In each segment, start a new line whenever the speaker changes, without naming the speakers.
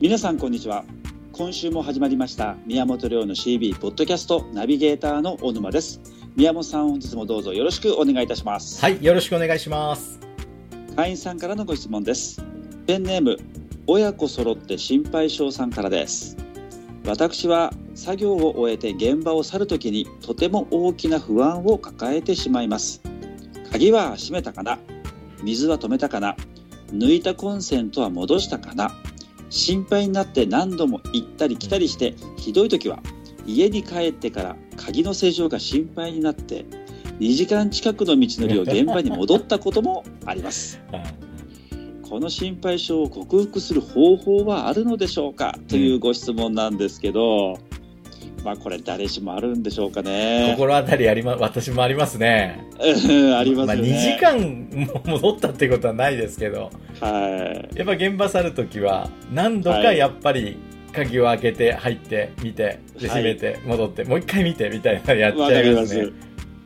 皆さんこんにちは今週も始まりました宮本亮の CB ポッドキャストナビゲーターの小沼です宮本さん本日もどうぞよろしくお願いいたします
はい、よろしくお願いします。
会員さんからのご質問ですペンネーム親子揃って心配性さんからです私は作業を終えて現場を去るときにとても大きな不安を抱えてしまいます鍵は閉めたかな水は止めたかな抜いたコンセントは戻したかな心配になって何度も行ったり来たりしてひどい時は家に帰ってから鍵の正常が心配になって2時間近くの道のりを現場に戻ったこともありますこの心配性を克服する方法はあるのでしょうかというご質問なんですけど、まあこれ誰しもあるんでしょうかね。
心当たりありま、私もありますね。
うんありますよ
あ、2時
ね。
間も戻ったってことはないですけど、
はい。
やっぱ現場去るときは、何度かやっぱり鍵を開けて、入って、見て、で
はい
閉めて、戻って、もう一回見て、みたいなのやっち
わか
ゃい
り
ま
ますす
ね。。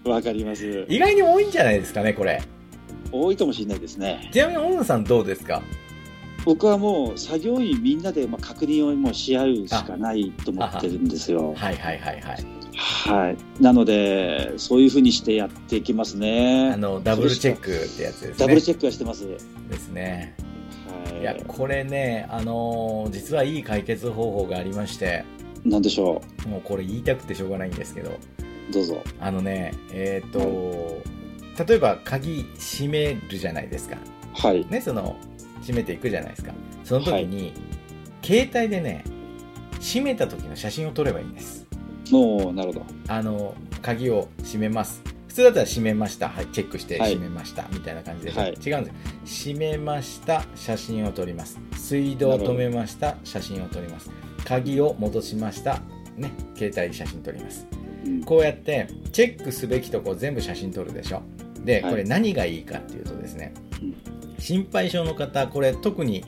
わかります。
意外に多いんじゃないですかね、これ。
多いかもしれないですね。
ちなみに、小野さんどうですか
僕はもう作業員みんなでまあ確認をもうし合うしかないと思ってるんですよ。
はいはいはいはい。
はい。なので、そういうふうにしてやっていきます
あ
ね。
の、ダブルチェックってやつですね。
ダブルチェックはしてます。は
ですね。
い。
いや、これね、あのー実はいい解決方法がありまして、
なんでしょ
もうこれ言いたくてしょうがないんですけど、
う。どうぞ。
あのね、えっ、と、例えば鍵閉めるじゃないですか。
はい。
ね、その、閉めていくじゃないですか。その時に、携帯でね、閉めた時の写真を撮ればいいんです。
もう、なるほど。
あの、鍵を閉めます。普通だったら閉めました。はい、チェックして
はい
閉めました。みたいな感じで、
はい
違うんですよ。閉めました。写真を撮ります。水道を止めました。写真を撮ります。鍵を戻しました。ね、携帯写真撮ります。
うん
こうやってチェックすべきとこ全部写真撮るでしょで
はい
これ何がいいかっていうとですね、
うん
心配性の方これ特に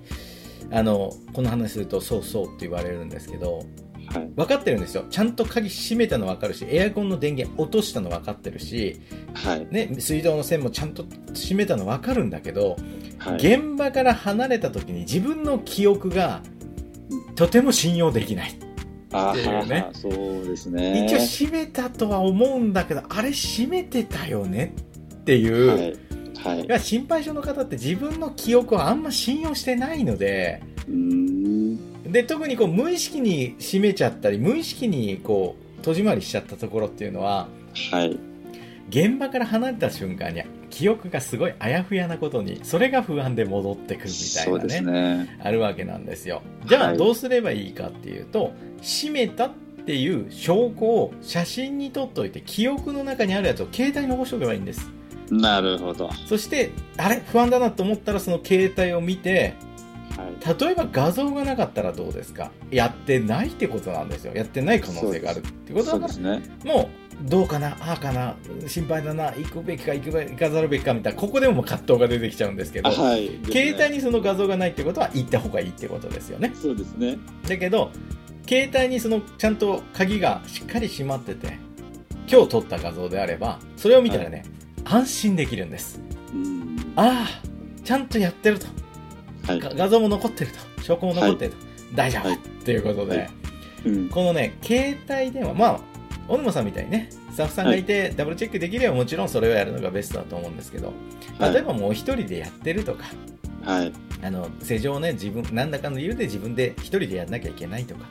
あのこの話するとそうそうって言われるんですけど
はい。
分かってるんですよちゃんと鍵閉めたの分かるしエアコンの電源落としたの分かってるし、
はい。
ね、水道の線もちゃんと閉めたの分かるんだけど、
はい。
現場から離れた時に自分の記憶がとても信用できない
あ
っていうね
ははそうですね。
一応閉めたとは思うんだけどあれ閉めてたよねっていう、
はいい。はい。
や心配性の方って自分の記憶をあんま信用してないので
うーん。
で特にこう無意識に閉めちゃったり無意識にこう戸締まりしちゃったところっていうのは
はい。
現場から離れた瞬間に記憶がすごいあやふやなことにそれが不安で戻ってくるみたい
そう
な
です
ね
ね。
あるわけなんですよじゃ
は
あ
い
どうすればいいかっていうと閉めたっていう証拠を写真に撮っといて記憶の中にあるやつを携帯に残しておけばいいんです
なるほど。は
そしてあれ不安だなと思ったらその携帯を見て
い。
例えば画像がなかったらどうですかやってないってことなんですよやってない可能性があるってこと
そう
だ
で
か
すね。
らもうどうかなああかな心配だな行くべきか行くべきか行かざるべきかみたいなここでも葛藤が出てきちゃうんですけ
あ
ど
はい。
携帯
に。
にその画像がないってことは行った方がいいってことですよね
そうですね。
だけど携帯にそのちゃんと鍵がしっかり閉まってて今日撮った画像であればそれを見たらね、安心できるんです
うん。
ああちゃんとやってると
はい
が。画像も残ってると証拠も残ってると、大丈夫、
はい
っていうことで、
はいうん。
このね携帯電話まあ小沼さんみたいにねスタッフさんがいてダブルチェックできればもちろんそれをやるのがベストだと思うんですけど、
はい
例えばもう一人でやってるとか
はい。
あの施錠をね自分何らかの理由で自分で一人でやんなきゃいけないとか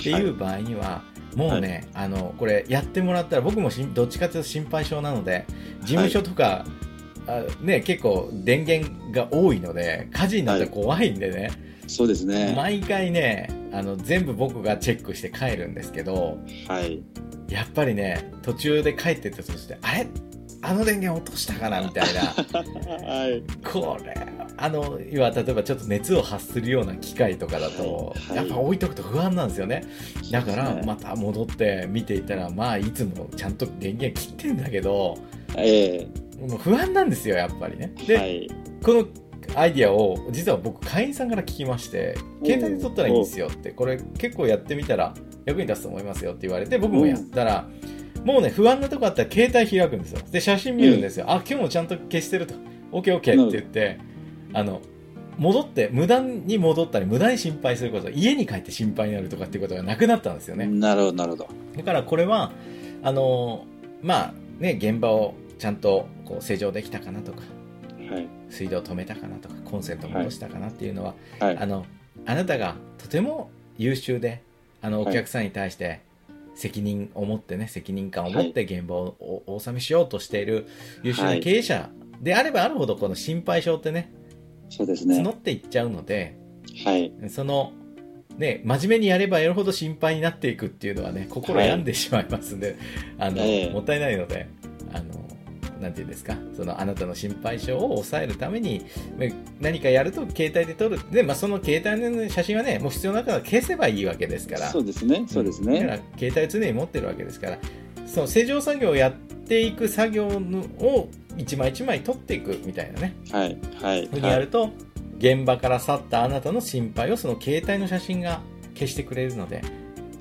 って
はいい。
う場合には、もうね、あのこれやってもらったら僕もしんどっちかというと心配性なので事務所とか、あね、結構電源が多いので火事になったら怖いんでね、
そうですね。
毎回ねあの全部僕がチェックして帰るんですけど
はい。
やっぱりね途中で帰ってたとしてあれあの電源落としたかなみたいな
はい。
これあの要は例えばちょっと熱を発するような機械とかだと、
はいはい
やっぱ置いとくと不安なんですよねだから
そうですね
また戻って見ていたらまあいつもちゃんと電源切ってんだけど
え
もう不安なんですよやっぱりね
え。
で、
はい。
このアイディアを実は僕会員さんから聞きまして携帯で撮ったらいいんですよってこれ結構やってみたら役に立つと思いますよって言われて僕もやったらもうね不安なとこあったら携帯開くんですよで写真見るんですよあ今日もちゃんと消してると OKOK って言ってあの戻って、無駄に戻ったり、無駄に心配すること、家に帰って心配になるとかっていうことがなくなったんですよね。
なるほど、なるほど。
だからこれは、あのーまあね、現場をちゃんとこう施錠できたかなとか、
はい。
水道止めたかなとか、コンセント戻したかなっていうのは、
はい。
あの、あなたがとても優秀で、あの、
はい
お客さんに対して責任を持ってね、責任感を持って現場をおお納めしようとしている優秀
は
ない経営者であればあるほど、この心配性ってね、
そうですね。
募っていっちゃうので、
はい。
その、ね、真面目にやればやるほど心配になっていくっていうのはね、心病んでしまいますんで、あの、
ええ
もったいないので、あの、なんていうんですか、そのあなたの心配性を抑えるために、ね何かやると携帯で撮る。で、まあ、その携帯の写真はね、もう必要なから消せばいいわけですから。
そうですね。そうです
だ
ね。
から、携帯を常に持ってるわけですから、その正常作業をやっていく作業のを一枚一枚取っていくみたいなね。
はい。はい。
ふうにやると、現場から去ったあなたの心配をその携帯の写真が消してくれるので、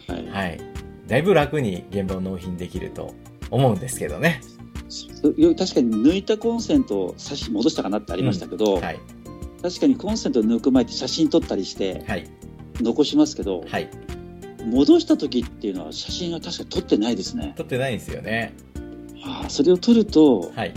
はい。はい
はい、だいぶ楽に現場を納品できると思うんですけどね。
そう確かに抜いたコンセントを差し戻したかなってありましたけど、
はい、
確かにコンセントを抜く前って写真撮ったりして
はい、
残しますけど、
はい。
戻した時っていうのは写真は確かに撮ってないですね。
撮ってないんですよね。
ああそれを撮ると、
はい、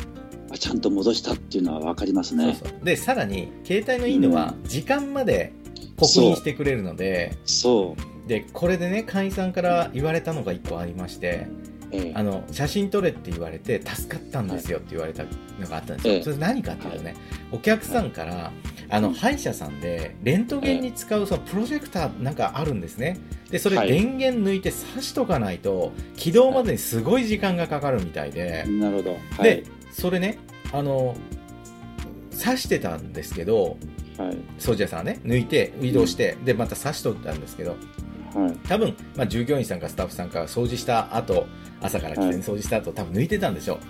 あちゃんと戻したっていうのは分かります
そう
ね。
そう。で、さらに、携帯のいいのは、時間まで刻印してくれるので、
そう
で、これでね、会員さんから言われたのが一個ありまして、
ええ
あの写真撮れって言われて助かったんですよって言われたのがあったんですよ、
ええ
それ何かっていうとね、お客さんからあ
う
の
ん
歯医者さんでレントゲンに使うそのプロジェクターなんかあるんですねでそれ
はい
電源抜いて挿しとかないと起動までにすごい時間がかかるみたいで、
なるほど。は
で
い。
それねあの挿してたんですけど
はい。
掃除屋さんはね抜いて移動して、でまた挿しとったんですけど
はい。
多分、まあ、従業員さんかスタッフさんか掃除した後朝から来
はい
て掃除した後多分抜いてたんでしょ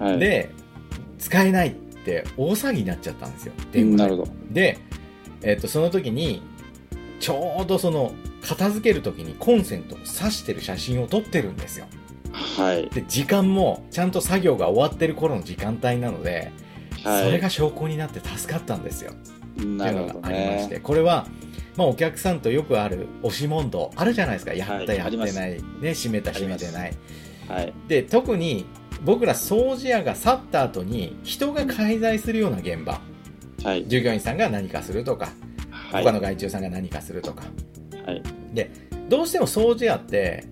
う
はい。
で、使えないって大騒ぎになっちゃったんですよ、
う
電
ん、
話
な
で。
るほど。
で、えっと、その時に、ちょうどその、片付ける時にコンセントを挿してる写真を撮ってるんですよ。
はい。
で、時間も、ちゃんと作業が終わってる頃の時間帯なので、
はい。
それが証拠になって助かったんですよ。って
な
いう
る
の
ほど
がありま
ね。
して、これは、まあ、お客さんとよくある押し問答、あるじゃないですか。やった、
はい
や
あ
って
り
な
ま
い、
す
ね、閉めた、閉めてな
あ
い。
はい。
で特に僕ら掃除屋が去った後に人が介在するような現場
はい。
従業員さんが何かするとか、
はい。
他の外注さんが何かするとか
はい。
どうしても掃除屋って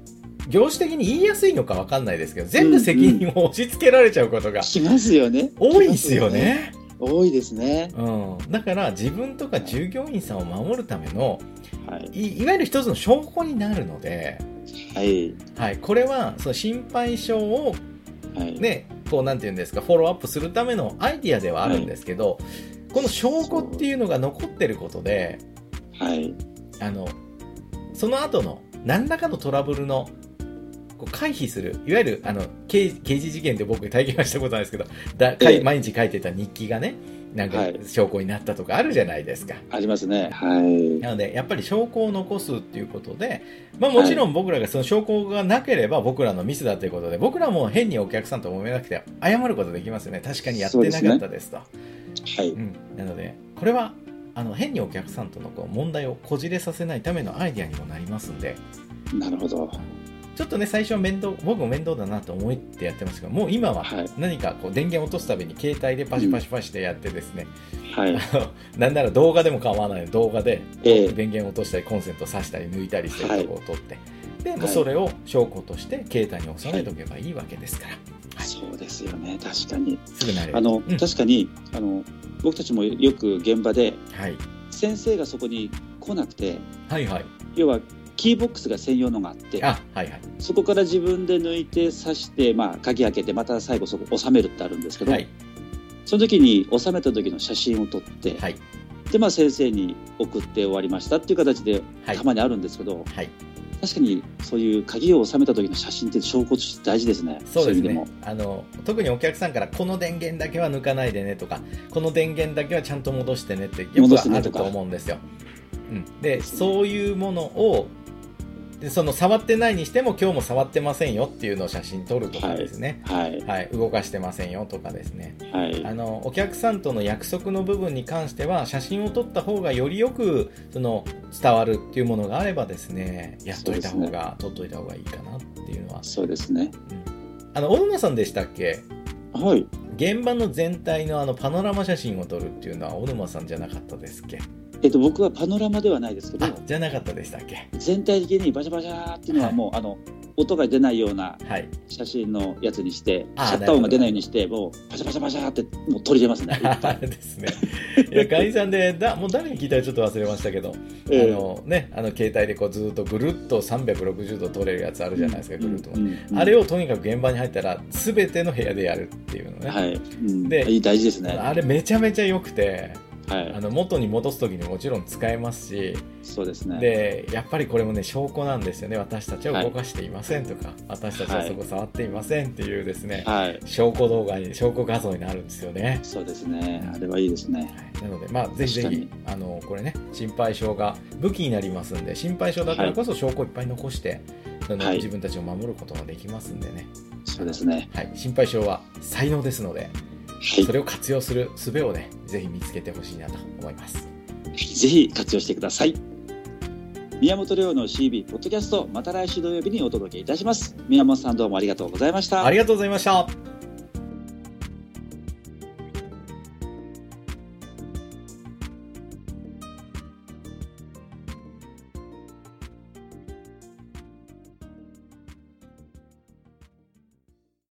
業種的に言いやすいのか分かんないですけど全部責任を押し付けられちゃうことが
しますよね。
多いんですよ。ね、
多いですね。
うん、だから自分とか従業員さんを守るための
はい。
いいわゆる一つの証拠になるので、
はい。
はい、これはその心配性を
はい。
ね、こうなんて言うんですか、フォローアップするためのアイディアではあるんですけど、この証拠っていうのが残ってることで、
はい。
あの、その後の何らかのトラブルのこう回避する、いわゆるあの刑刑事事件で僕体験はしたことないですけど、だかい
ええ
毎日書いてた日記がね、なんか
はい
証拠になったとかあるじゃないですか。
ありますね。はい。
なので、やっぱり証拠を残すっていうことで、まあもちろん僕らがその証拠がなければ僕らのミスだということで、僕らも変にお客さんと揉めなくて謝ることできますよね。確かにやってなかったですと。
はい。
うん。なので、これは、あの、変にお客さんとのこう問題をこじれさせないためのアイディアにもなりますんで、
なるほど。
ちょっとね、最初は面倒、僕も面倒だなと思ってやってますけど、もう今は
はい
何かこう電源落とすたびに携帯でパシパシパシでやってですね、
はい。
あの なんなら動画でも構わない動画で
ええ
電源を落としたりコンセントを挿したり抜いたりして
は
る
い
とこを取って、でもう
はい
それを証拠として携帯に収めておけばいいわけですから、
そうですよね。確かに。
すぐ慣れる
あの、
うん
確かに、あの、僕たちもよく現場で、
はい、
先生がそこに来なくて、
はいはい
要は、キーボックスが専用のがあって、
あはいはい
そこから自分で抜いて刺して、まあ、鍵開けて、また最後そこ収めるってあるんですけど、
はい
その時に収めた時の写真を撮って、
はい
で、まあ、先生に送って終わりましたっていう形で、
はい
たまにあるんですけど、
はい
確かにそういう鍵を収めた時の写真って証拠として大事ですね。
そうです
い意味で
ね
も
あの特にお客さんからこの電源だけは抜かないでねとかこの電源だけはちゃんと戻してねってよく
戻して
あ
ね
る
とか
と思うんですよ、うん、でそういうものをでその触ってないにしても今日も触ってませんよっていうのを写真撮るとかですね、
はい
はい動かしてませんよとかですね
はい
あのお客さんとの約束の部分に関しては写真を撮った方がよりよくその伝わるっていうものがあればですねやっといた方が、撮っといた方がいいかなっていうのは、
そうですね
うん、あの小沼さんでしたっけ
はい
現場の全体のあのパノラマ写真を撮るっていうのは小沼さんじゃなかったですっけ
えっと僕はパノラマではないですけど
あじゃなかったでしたっけ
全体的にバシャバシャーっていうのはもう、あの音が出ないような
はい
写真のやつにして
あー
シャッター音が出ないようにしてもうパシャパシャパシャーってもう取り出ますねいっぱ
あ
い
れですね。いや、会員さんで、だ、もう誰に聞いたらちょっと忘れましたけど、
ええ
あのね、あの携帯でこうずっとぐるっと360度撮れるやつあるじゃないですか、ぐるっと。
うんうん
あれをとにかく現場に入ったら、すべての部屋でやるっていうのね。
はい、うん、
で
いい大事ですね
あれめちゃめちゃ良くて、
はい
あの元に戻す時にもちろん使えますし、
そうですね
で、やっぱりこれもね、証拠なんですよね。私たちは動かしていませんとか、私たちはそこ触っていませんっていうですね、
はい
証拠動画に、証拠画像になるんですよね。
そうですねあれはいいですね
なので、まあ、ぜひぜ
確
ひ、あの、これね、心配性が武器になりますんで、心配性だからこそ証拠いっぱい残して、あの
はい
自分たちを守ることができますんでね。
そうですね
はい、心配性は才能ですので、
はい
それを活用する術をね、ぜひ見つけてほしいなと思います。
ぜひ活用してください。宮本亮の CB ポッドキャスト、また来週土曜日にお届けいたします。宮本さんどうもありがとうございました。
ありがとうございました。